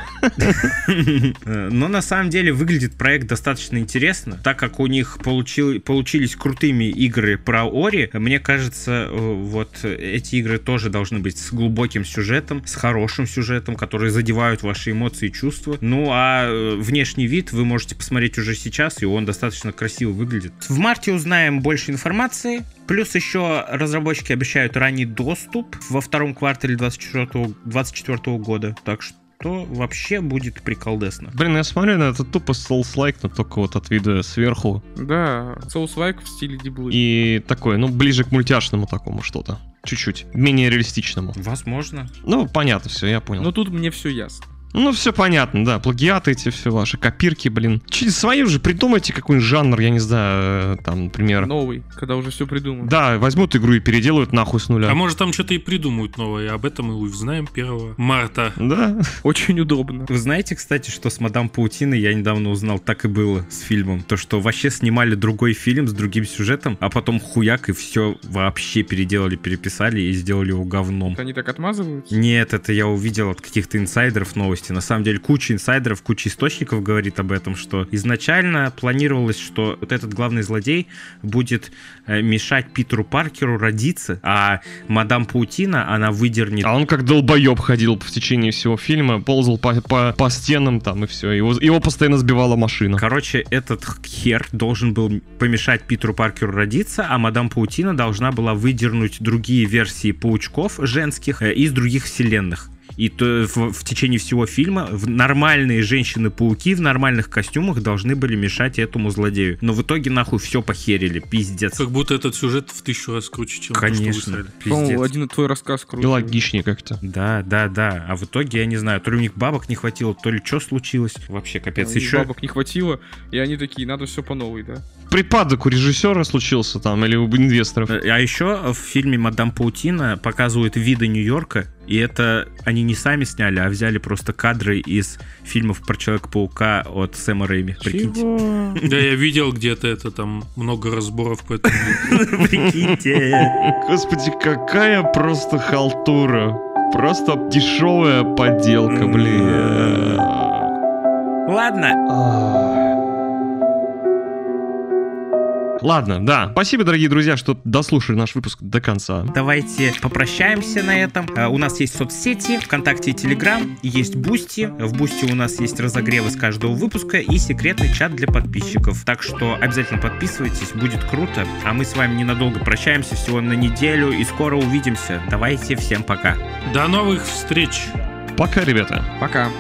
S1: Э, Но на самом деле выглядит проект достаточно интересно, так как у них получил, получились крутыми игры про Ори. Мне кажется, э, вот эти игры тоже должны быть с глубоким сюжетом, с хорошим сюжетом, которые задевают ваши эмоции и чувства. Ну а э, внешний вид вы можете посмотреть уже сейчас, и он достаточно красиво выглядит. В марте узнаем больше информации. Плюс еще разработчики обещают ранний доступ во втором квартале 2024 года. Так что то вообще будет приколдесно.
S4: Блин, я смотрю на это тупо souls но только вот от вида сверху.
S3: Да, соус-лайк в стиле Диблы.
S4: И такое, ну, ближе к мультяшному такому что-то. Чуть-чуть. Менее реалистичному.
S1: Возможно.
S4: Ну, понятно все, я понял.
S3: Но тут мне все ясно.
S4: Ну, все понятно, да. Плагиаты эти все ваши, копирки, блин. Чуть свою же придумайте какой-нибудь жанр, я не знаю, э, там, например.
S3: Новый, когда уже все придумано.
S4: Да, возьмут игру и переделают нахуй с нуля.
S2: А может там что-то и придумают новое, об этом мы узнаем 1 марта.
S4: Да.
S3: Очень удобно.
S1: Вы знаете, кстати, что с Мадам Паутиной я недавно узнал, так и было с фильмом. То, что вообще снимали другой фильм с другим сюжетом, а потом хуяк и все вообще переделали, переписали и сделали его говном.
S3: Вот Они так отмазываются.
S1: Нет, это я увидел от каких-то инсайдеров новости. На самом деле куча инсайдеров, куча источников говорит об этом, что изначально планировалось, что вот этот главный злодей будет э, мешать Питеру Паркеру родиться, а мадам Паутина, она выдернет...
S4: А он как долбоеб ходил в течение всего фильма, ползал по, по- по стенам там и все. Его, его постоянно сбивала машина.
S1: Короче, этот хер должен был помешать Питеру Паркеру родиться, а мадам Паутина должна была выдернуть другие версии паучков женских э, из других вселенных. И то в, в течение всего фильма в- нормальные женщины-пауки в нормальных костюмах должны были мешать этому злодею. Но в итоге нахуй все похерили, пиздец.
S2: Как будто этот сюжет в тысячу раз круче, чем то, что вы
S1: Конечно,
S2: срали.
S3: По-моему,
S1: пиздец.
S3: один твой рассказ
S4: И
S3: круто.
S4: логичнее как-то.
S1: Да, да, да. А в итоге, я не знаю, то ли у них бабок не хватило, то ли что случилось. Вообще капец.
S3: Им
S1: Еще
S3: Ну, бабок не хватило, и они такие, надо все по новой, да?
S4: Припадок у режиссера случился там или у инвесторов.
S1: А еще в фильме «Мадам Паутина» показывают виды Нью-Йорка, и это они не сами сняли, а взяли просто кадры из фильмов про Человека-паука от Сэма Рэйми. Прикиньте.
S2: Да, я видел где-то это, там много разборов по этому.
S1: Прикиньте.
S4: Господи, какая просто халтура. Просто дешевая подделка, блин.
S1: Ладно.
S4: Ладно, да. Спасибо, дорогие друзья, что дослушали наш выпуск до конца.
S1: Давайте попрощаемся на этом. А, У нас есть соцсети, ВКонтакте и Телеграм, есть Бусти. В Бусти у нас есть разогревы с каждого выпуска и секретный чат для подписчиков. Так что обязательно подписывайтесь, будет круто. А мы с вами ненадолго прощаемся, всего на неделю, и скоро увидимся. Давайте всем пока.
S2: До новых встреч!
S4: Пока, ребята.
S3: Пока.